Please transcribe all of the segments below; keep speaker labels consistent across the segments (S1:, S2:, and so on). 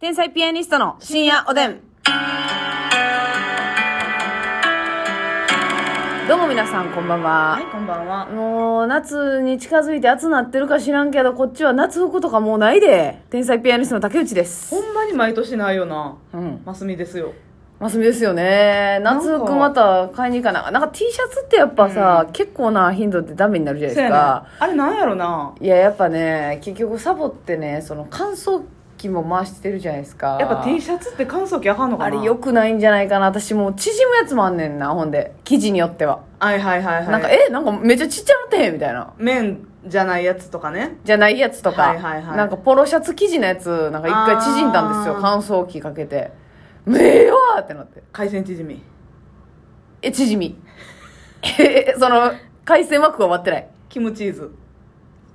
S1: 天才ピアニストの深夜おでん。どうも皆さん、こんばん
S2: はい
S1: は。、
S2: こんばんは。
S1: もう、夏に近づいて暑なってるか知らんけど、こっちは夏服とかもうないで。天才ピアニストの竹内です。
S2: ほんまに毎年ないよな。
S1: うん。
S2: マスミですよ。
S1: マスミですよね。夏服また買いに行かな。なんか T シャツってやっぱさ、結構な頻度でダメになるじゃない
S2: せ
S1: です
S2: や
S1: か
S2: な。。あれなんやろない
S1: や、やっぱね、結局サボってね、その乾燥機も回してるじゃないですか。
S2: やっぱ T シャツって乾燥機あかんのか
S1: あ
S2: な
S1: れ良くないんじゃないかな。私もう縮むやつもあんねんな、ほんで。生地によっては。
S2: はいはいはいはい。
S1: なんか、え、なんかめっちゃちっちゃなってへんみたいな。
S2: 麺じゃないやつとかね。
S1: じゃないやつとか、
S2: はいはいはい
S1: なんかポロシャツ生地のやつ、なんか一回縮んだんですよ。
S2: あー
S1: 乾燥機かけて。めえよーってなって。
S2: 海鮮縮み。
S1: え、縮み。え、その、海鮮枠は割ってない。
S2: キムチーズ。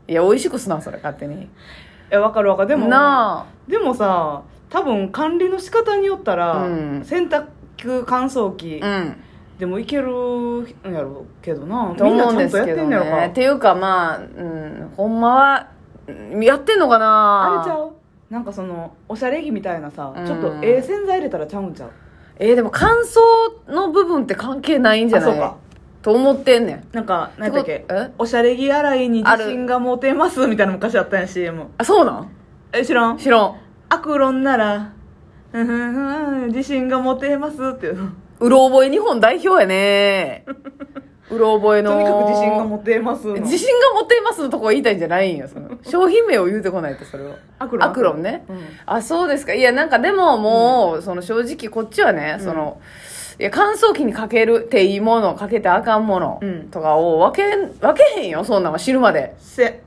S1: いや、美味しくすな、それ、勝手に。
S2: え、わかるわかる。でも、
S1: な
S2: でもさ、多分管理の仕方によったら、
S1: うん
S2: 洗濯乾燥機、
S1: あ。うん。
S2: でもいけるんやろうけどな。
S1: と
S2: みんな
S1: 思うんで
S2: ちゃんと
S1: す
S2: やっ
S1: け
S2: て
S1: ど
S2: んねやろ
S1: ね。
S2: か
S1: っ。ていうか、まあ、うん、ほんまは、うんやってんのかな
S2: あれちゃうなんかその、おしゃれ着みたいなさ、
S1: うん
S2: ちょっとええ洗剤入れたらちゃうんちゃう
S1: えーでも乾燥の部分って関係ないんじゃない
S2: あそうか
S1: と思ってんねん。
S2: なんか、何だっけ
S1: ってことえ
S2: おしゃれ着洗いに自信が持てますみたいな昔あったやん、CM。
S1: あ、そうなん
S2: え、知らん
S1: 知らん。
S2: アクロンなら、ふふふ自信が持てますっていう。
S1: うろ覚え日本代表や ねうろ覚えの。
S2: とにかく自信が持てますの。
S1: 自信が持てますのとこは言いたいんじゃないんよ。その商品名を言うてこないと、それは。
S2: アクロン
S1: ね。
S2: うん
S1: あ、そうですか。いや、なんかでももう、その正直こっちはね、その、いや、乾燥機にかけるっていいもの、かけてあかんもの
S2: うん
S1: とかを分け、分けへんよ、そんなんは死ぬまで。
S2: せ、え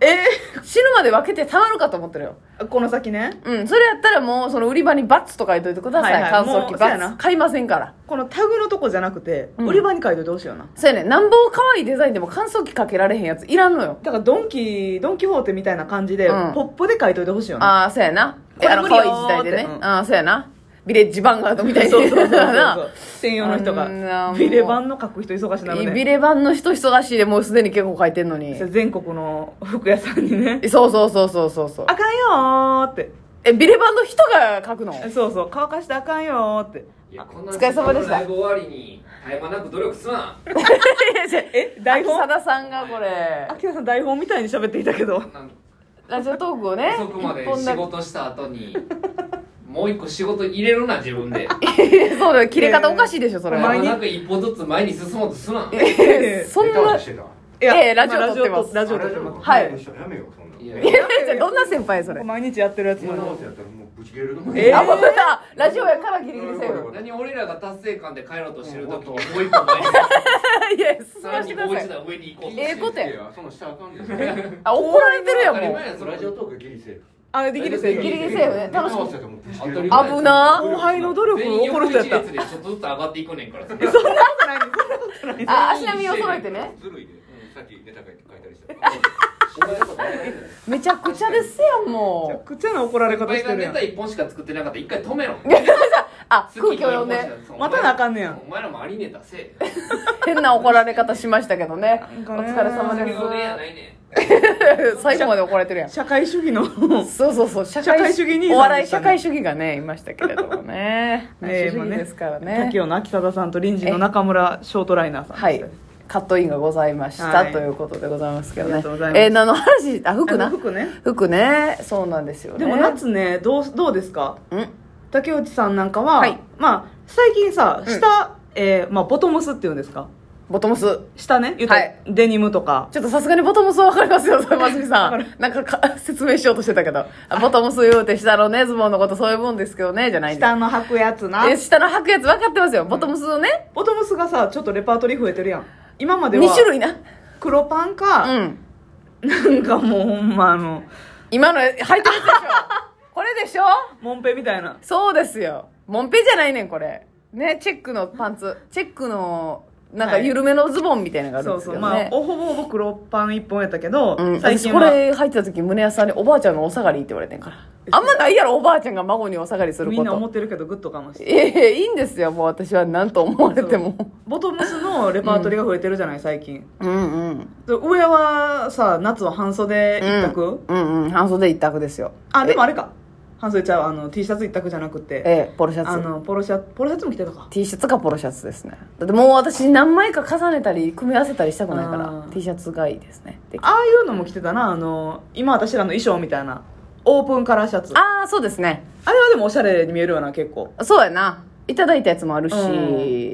S1: 死ぬまで分けてたまるかと思ってるよ。
S2: ーこの先ね。
S1: うん、それやったらもう、その売り場にバツとか書いといてください。
S2: はいはい
S1: 乾燥
S2: も
S1: 機
S2: うそう
S1: バ
S2: やな
S1: ツ。買いませんから。
S2: このタグのとこじゃなくて、
S1: うん
S2: 売り場に書いといてほしいよな。
S1: そうやね。なんぼ可愛いデザインでも乾燥機かけられへんやついらんのよ。
S2: だからドンキ、ドンキホーテみたいな感じで、
S1: うん
S2: ポップで書いといてほしいよな。
S1: ああ、そうやな。
S2: これ
S1: あの、
S2: 無理
S1: 可
S2: よ
S1: 愛い時代でね。
S2: ってうん
S1: ああ、そうやな。ヴィレッジヴァンガードみたいに。
S2: そうそうそうそう
S1: な
S2: そう。専用の人が。
S1: あ
S2: ビ
S1: んなもう
S2: レ版の書く人忙しなるね。
S1: ビレ版の人忙しいでもうすでに結構書いてんのに。
S2: 全国の服屋さんにね
S1: そうそうそうそうそうそう
S2: 「あ。かんよ」ーって
S1: え、ビレ版の人が書くの
S2: 「そうそう乾かしてあかんよ」ーって
S3: いやこんな
S1: お疲れ様でした
S3: ライブ終わりに絶え間なく努力すな
S2: え台
S1: 秋
S2: 本
S1: 貞 さんがこれ、
S2: 秋田さん台本みたいに喋っていたけど
S3: なんか
S1: ラジオトークをね、
S3: 遅くまで
S1: 一本だけ
S3: 仕事した後に もう一個仕事入れるな自分で
S1: そうだよ、切れ方おかしいでしょ、それ
S3: 絶え
S1: は。
S2: 前
S3: 間
S2: に
S3: なく一歩ずつ前に進もうとすな
S2: え
S1: そん
S4: 下手
S1: な
S4: は、してたわ
S2: いや
S1: ええラジオ
S2: まあ
S1: 撮ってます
S2: ラジオ
S4: あ
S2: 撮
S4: れ
S2: って
S4: で
S2: ま
S4: も
S1: はい
S4: 前の人やめようそんなの
S3: いや
S1: いやいやどんな先輩それ
S2: す。毎日やってるやつ
S4: そんなこ
S2: も
S4: とやったらもうぶち切れると思う
S2: え
S1: あ、もうなラジオやからギリギリセーフ。
S3: 何俺らが達成感で帰ろうとしてる時にもう一歩前に
S1: いや、
S3: さ
S1: 進
S3: ら
S1: ま
S3: に
S1: して
S3: も
S1: くだ さい。
S3: う一段上に行こうと
S1: ええことや
S4: いやその下あかんねん
S1: あ、怒られてるやん、もう。
S3: やんそれラ
S4: ラジ
S3: ジ
S4: オ
S3: オ
S4: トークギリセーフ
S2: あできるせ
S1: ギリギリセ
S2: い
S1: ーフね楽しく
S4: 下手したらもうぶち切れる
S3: あ
S1: 危な
S2: 後輩の努力
S3: 全員
S2: を怒る
S3: 横
S2: 人や
S3: 一
S2: った
S3: 列でちょっとずつ上がっていくねんからそ
S2: そんなことないそんなことない
S1: あ、足並みを揃えてね。
S4: ずるいでうんさっきネタ書いて書いたりして
S1: めちゃくちゃですやん、
S2: めちゃ
S1: もう。
S2: くちゃな怒られ
S3: お
S2: 方
S3: 前
S2: して
S3: が
S2: る
S3: ネ
S2: やん
S3: タ一本しか作ってなかったら一回止めろ
S1: あ、空気を読んで。
S2: またなあかんねや
S3: お前らもありネタせえ
S1: 変な怒られ方しましたけどね。お
S2: んかね
S1: 疲れ様
S3: 先ほど
S1: で
S3: やないね
S1: す。 最後まで怒られてるやん。
S2: 社会主 義の
S1: そうそうそう。社
S2: 社会主義兄さんでしたね
S1: お笑い社会主義がね、いましたけれどもね。
S2: ねえ
S1: 主義ですからね
S2: 竹。雄の秋貞さんと隣人の中村ショートライナーさん
S1: はい。カットインがございました、
S2: はい
S1: ということでございますけどね。
S2: ありがとうございます
S1: えー、何の話あ、服
S2: あ
S1: な
S2: の。服ね
S1: 服ね。そうなんですよね。
S2: でも夏ねどうどうですか
S1: うん。
S2: 竹内さんなんかは、
S1: はい
S2: まあ最近さ
S1: うん
S2: 下、えーまあ、ボトムスっていうんですか
S1: ボトムス。
S2: 下ね言うたら
S1: はい
S2: デニムとか
S1: ちょっとさすがにボトムスはわかりますよ、それ、ますみさ
S2: わか
S1: ん。なんかか説明しようとしてたけど。あボトムス言うて、下のね、ズボンのことそういうもんですけどね、じゃないんだ
S2: 下の履くやつな
S1: え、下の履くやつ分かってますよ。ボトムスのね、
S2: ボトムスがさちょっとレパートリー増えてるやん今まで
S1: 2
S2: は
S1: 種類な。
S2: 黒パン
S1: う
S2: か、
S1: ん。
S2: なんかもうほんまあの
S1: 今の履いてるでし ょ。これでしょ
S2: モンペみたいな
S1: そうですよ。モンペじゃないねん、これ。ね、チェックのパンツ。チェックの、なんか
S2: はい
S1: 緩めのズボンみたいなのがあるん
S2: そう
S1: です
S2: そ
S1: け
S2: う
S1: ど
S2: まあ
S1: ね。
S2: おほぼほぼ黒パン一本やったけど、
S1: うん、
S2: 最
S1: 私
S2: 近
S1: こ
S2: は
S1: れ履いてた時胸屋さんにおばあちゃんのお下がりって言われてんからあんまないやろおばあちゃんが孫にお下がりすること
S2: みんな思ってるけどグッと我慢して
S1: ええいいんですよもう私は何と思われても
S2: ボトムスのレパートリーが増えてるじゃない最近
S1: うんうん
S2: で上はさ夏は半袖一択、
S1: うんうん半袖一択ですよ
S2: あでもあ
S1: れ
S2: れか半袖ちゃうあの T シャツ一択じゃなくて
S1: ええポロシャツ
S2: あのポロシャツポロシャツも着てたか
S1: T シャツかポロシャツですねだってもう私何枚か重ねたり組み合わせたりしたくないか
S2: あ
S1: ら
S2: ー
S1: T シャツがいいですねであ
S2: ああいうのも着てたなあの今私らの衣装みたいなオープンカラーシャツあ
S1: あーそうですね
S2: れはでもおしゃれに見えるよな結構
S1: そうやないただいたやつもあるし、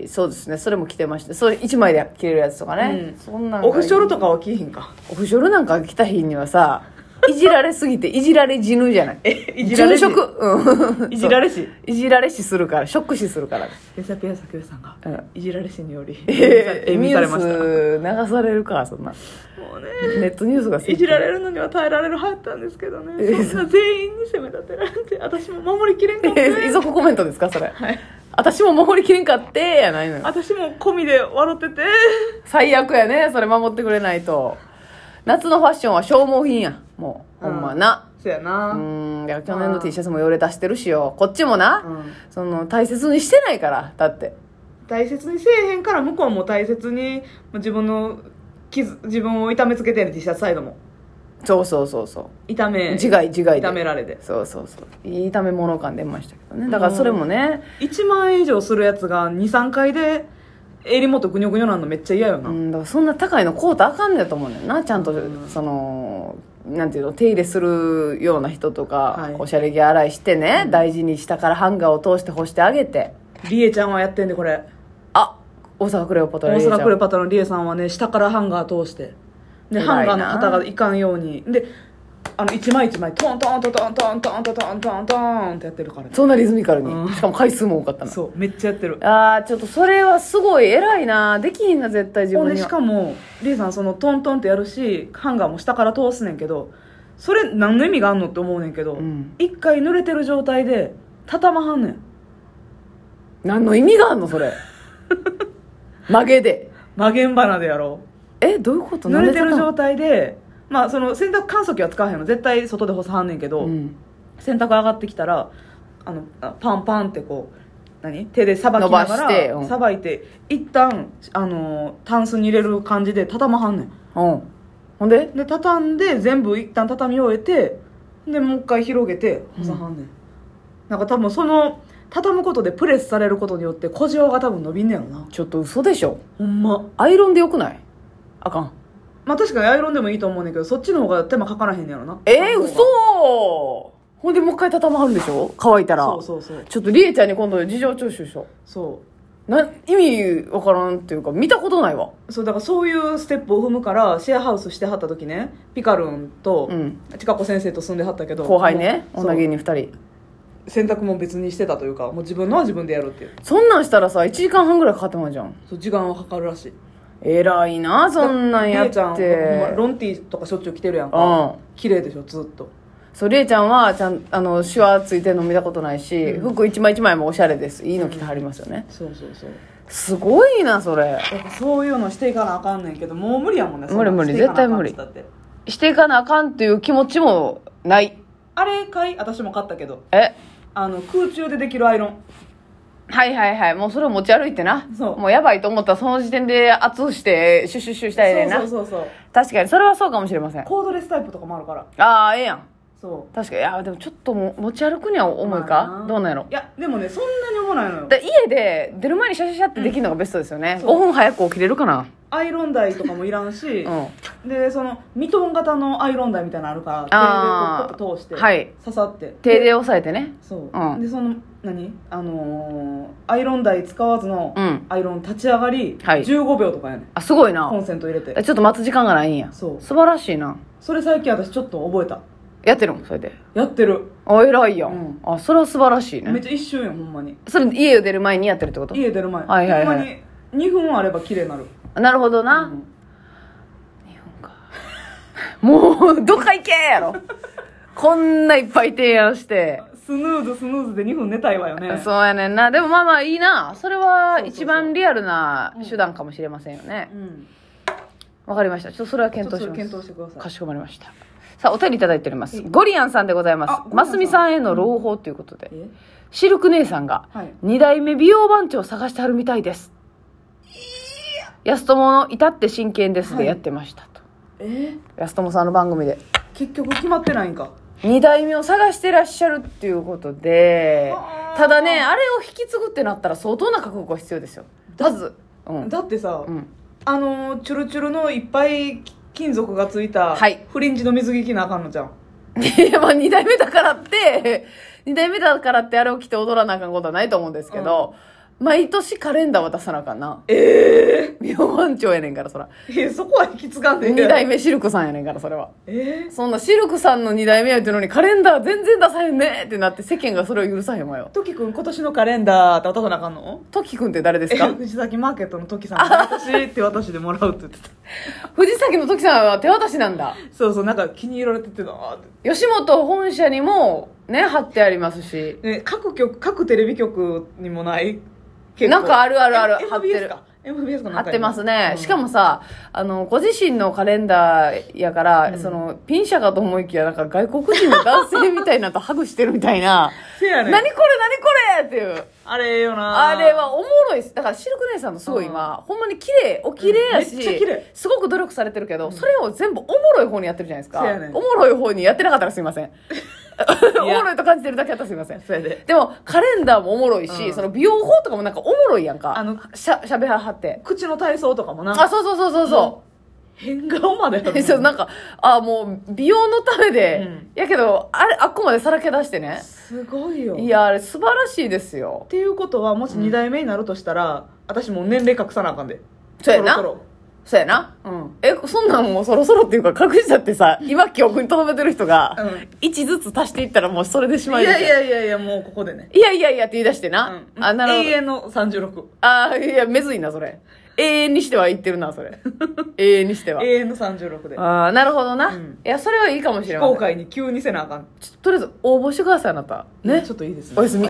S2: う
S1: そうですねそれも着てましたそれ1枚で着れるやつとかね、
S2: うん
S1: そんなんがいい
S2: オフショルとかは着いひんか
S1: オフショルなんか着た日にはさいじられすぎていじられ死ぬじゃない
S2: えいじられし
S1: 昼食うん
S2: いじら
S1: れ
S2: れし
S1: いじられしするからショックしするから
S2: ペサペサクさんが
S1: うん
S2: いじられしにより
S1: え
S2: 延
S1: ニュ
S2: 命されました
S1: ース流されるかそんな
S2: もうね
S1: ネットニュースが
S2: いじられ
S1: る
S2: るのには耐えられるはやったんですけどね
S1: ええ
S2: そんな全員に責め立てられて私も守りきれんかっ た
S1: 遺
S2: ね
S1: 族コメントですかそれ、
S2: はい
S1: 私も守りきれんかってやないのよ
S2: 私も込みで笑ってて
S1: 最悪やねそれ守ってくれないと夏のファッションは消耗品やもうほんまな
S2: そや
S1: う
S2: なうん
S1: んだから去年の T シャツもよれ出してるしよこっちもな、その大切にしてないからだって
S2: 大切にせえへんから向こうも大切に自分の傷自分を痛めつけてる T シャツサイドも
S1: そうそうそうそう
S2: 痛め
S1: 自害自害で
S2: 痛められて
S1: そうそうそういい炒め物感出ましたけどねだからそれもね
S2: 1万円以上するやつが23回で襟元ぐにょぐにょなんのめっちゃ嫌よ
S1: う
S2: な、
S1: んだからそんな高いの買うたらあかんねやと思うねんなちゃんとそのなんていうの手入れするような人とか、
S2: はい
S1: おしゃれ着洗いしてね、大事に下からハンガーを通して干してあげて
S2: リエちゃんはやってんでこれ
S1: あ大阪クレオパトラ
S2: 大
S1: リエちゃん
S2: 阪クレパトラのリエさんはね下からハンガー通してで
S1: 偉いな
S2: ハンガーの旗がいかんようにであの一枚一枚トントントントントントントントントントンってやってるからね
S1: そんなリズミカルに、
S2: うん
S1: しかも回数も多かったな
S2: そうめっちゃやってる
S1: あーちょっとそれはすごい偉いなできひんな絶対自
S2: ほん
S1: 分
S2: で
S1: に
S2: し
S1: は
S2: かもリエさんそのトントンってやるしハンガーも下から通すねんけどそれ何の意味があんのって思うねんけど
S1: うん
S2: 一、回濡れてる状態で畳まはんねん
S1: 何の意味があんのそ れ曲げで
S2: 曲げん花でやろう
S1: えどういうこと
S2: 濡れてる
S1: なん
S2: 状
S1: で
S2: 態で、まあ、その洗濯乾燥機は使わへんの絶対外で干さはんねんけ
S1: そん
S2: ど、
S1: なうん
S2: 洗濯上がってきたらあのあパンパンってこう何手でさばきなが
S1: 伸ばしてう
S2: ら
S1: ん
S2: さば、いて一旦あのタンスに入れる感じで畳まはんねん
S1: うんほんで
S2: で畳んで全部一旦畳み終えてでもう一回広げて干さはんねん、なんか多分その畳むことでプレスされることによって小じわが多分伸びんねやろな
S1: ちょっと嘘でしょ
S2: ほんま
S1: アイロンでよくないあかん
S2: まあ確かにアイロンでもいいと思うねんけどそっちの方が手間かからへんねやろな
S1: えー、嘘ほんでもう一回畳まはるでしょ乾いたら
S2: そうそうそう
S1: ちょっとりえちゃんに今度事情聴取しよ
S2: そう
S1: な意味わからんっていうか見たことないわ
S2: うそうだからそういうステップを踏むからシェアハウスしてはった時ねピカルンと
S1: うん
S2: ちかこ先生と住んではったけど
S1: 後輩ね
S2: もうそ
S1: 女
S2: う
S1: 芸人2人
S2: 洗濯も別にしてたというかもう自分のは自分でやるっていう
S1: そんなんしたらさ1時間半ぐらいかかってまうじゃん
S2: そう時間はかかるらしい
S1: 偉いなそんなんやっ
S2: だってりえちゃんほんま
S1: て
S2: ロンティーとかしょっちゅう着てるやん
S1: う
S2: か
S1: ん
S2: 綺麗でしょずっと
S1: そうりえちゃんはちゃんあのシワついてるの見たことないし、服一枚一枚もおしゃれですいいの着てはりますよね、
S2: そうそうそう
S1: すごいなそれ
S2: やっぱそういうのしていかなあかんねんけどもう無理やもんね
S1: 無理無理
S2: そんなん
S1: 絶
S2: していかなあかん
S1: 対無理
S2: っつったって
S1: していかなあかんっていう気持ちもない
S2: あれ買い私も買ったけど
S1: え
S2: あの空中でできるアイロン
S1: はいはいはいもうそれを持ち歩いてな
S2: そう
S1: もうやばいと思ったらその時点で圧をしてシュッシュッシュッしたいねんな
S2: そうそうそうそう
S1: 確かにそれはそうかもしれません
S2: コードレスタイプとかもあるから
S1: ああええやん
S2: そう
S1: 確かにいやでもちょっともう持ち歩くには重いか、
S2: まあな
S1: どうなんやろ
S2: いやでもねそんなに思わないのよ
S1: だ家で出る前にシャシャシャってできるのがベストですよね、
S2: うん
S1: 5分早く起きれるかな
S2: アイロン台とかもいらんし、
S1: うん
S2: でそのミトン型のアイロン台みたいなのあるから
S1: あー
S2: 手でこうポッと通して、
S1: はい
S2: 刺さって
S1: 手で押さえてね
S2: そう、
S1: うん
S2: でその何あのーアイロン台使わずの
S1: うん
S2: アイロン立ち上がり、
S1: はい
S2: 15秒とかやねん
S1: あすごいな
S2: コンセント入れて
S1: えちょっと待つ時間がないんや
S2: そう
S1: 素晴らしいな
S2: それ最近私ちょっと覚えた
S1: やってるもんそれで
S2: やってる、
S1: あ偉いやん、
S2: うん
S1: あそれは素晴らしい
S2: めっ
S1: ね
S2: ちゃ一瞬やほんまに
S1: それ家を出る前にやってるってこと
S2: 家出る前、
S1: はいはいはい
S2: ほんまに2分あれば綺麗になる
S1: なるほどな、
S2: うん
S1: もう、どっか行けや ろ。こんないっぱい提案して。
S2: スヌーズスヌーズで2分寝たいわよね
S1: そうやねんな。でもまあまあいいな。それは
S2: そうそうそう
S1: 一番リアルな手段かもしれませんよね。
S2: うん
S1: わかりました。ちょっとそれは
S2: ちょっ
S1: 検
S2: と
S1: 討
S2: そ
S1: しま
S2: れ
S1: す。
S2: 検討してください
S1: かしこまりました。さあ、お便りいただいております。ゴリアンさんでござい
S2: あゴリアン
S1: ま
S2: さ
S1: す。
S2: ん
S1: マスミさんへの朗報ということで。
S2: え
S1: シルク姉さんが
S2: はい、
S1: 二代目美容番長を探してはるみたいです。安友の至って真剣です
S2: は
S1: で
S2: い
S1: やってましたと。
S2: えー
S1: 安友さんの番組で。
S2: 結局決まってないんか
S1: 二代目を探してらっしゃるっていうことで
S2: あー
S1: ただねあれを引き継ぐってなったら相当な覚悟が必要ですよまずうん、
S2: だってさ、
S1: うん、
S2: あのチュルチュルのいっぱい金属がついた
S1: はい
S2: フリンジの水着着なあかんのじゃん、
S1: いやまあ二代目だからって 二代目だからってあれを着て踊らなあかんことはないと思うんですけど、毎年カレンダーは出さなあかんなええー、妙満町やねんからそら
S2: えそこは引き継がんで
S1: 二代
S2: 目
S1: 目シルクさんやねんからそれは
S2: え
S1: そんなシルクさんの二代目やっていうのにカレンダー全然出さへんねってなって世間がそれを許さへんわよ
S2: ー、トキ君今年のカレンダーって渡さなあかんの
S1: トキ君って誰です
S2: え
S1: か
S2: 藤崎マーケットのトキさんが私って私でもらうって言ってた
S1: 藤崎のトキさんは手渡しなんだ
S2: そうそうなんか気に入られててなーって
S1: 吉本本社にもね貼ってありますし
S2: ね、各局各テレビ局にもない
S1: なんかあるあるある貼
S2: 貼
S1: っ
S2: ってて
S1: る
S2: る MBS か MBS か
S1: 貼
S2: なんか
S1: ってますね、
S2: うん
S1: しかもさあのご自身のカレンダーやから、そのピン社かと思いきやなんか外国人の男性みたいなとハグしてるみたい な
S2: せやね
S1: 何これ何
S2: ん
S1: これっていう
S2: あれええよな
S1: あれはおもろいですだからシルク姉さんのすごい今、ほんまに綺麗お綺麗やし、
S2: うんめっちゃ綺麗
S1: すごく努力されてるけど、それを全部おもろい方にやってるじゃないですか、
S2: そうやねん
S1: おもろい方にやってなかったらすいませんお
S2: い
S1: も
S2: や
S1: ろいと感じてるだけだったらすいません
S2: それで
S1: でもカレンダーもおもろいし、
S2: うん
S1: その美容法とかもなんかおもろいやんか
S2: あの
S1: しゃしゃべははって
S2: 口の体操とかもな
S1: あそうそうそうそうそ
S2: 変顔までや
S1: う
S2: る
S1: そうなんかあもう美容のためで、
S2: うん
S1: やけどあれあっこまでさらけ出してね
S2: すごいよ
S1: いやあれ素晴らしいですよ
S2: っていうことはもし2代目になるとしたら、私もう年齢隠さなあかんで
S1: そうやな
S2: そろ
S1: そうやな
S2: そろうん
S1: え、そんなんもうそろそろっていうか、隠したってさ、今記憶に留めてる人
S2: う
S1: が、
S2: ん
S1: 1ずつ足していったらもうそれでしまい
S2: い
S1: です
S2: や
S1: よ
S2: いやいやいやもうここでね、
S1: いやいやいやって言い出してな。
S2: うん
S1: あ、なるほ
S2: 永
S1: ど。
S2: 遠の36
S1: あーいや、めずいな、それ。永遠にしては言ってるな、そ れ。永遠にしては。
S2: 永遠の36で
S1: ああ、なるほどな。
S2: うん
S1: いや、それはいいかもしれない。
S2: 後
S1: ちょ
S2: 悔に急にせなあかん
S1: っととりあえず応募してください、あなた。ね
S2: ちょ。っといいですね
S1: おやすみ。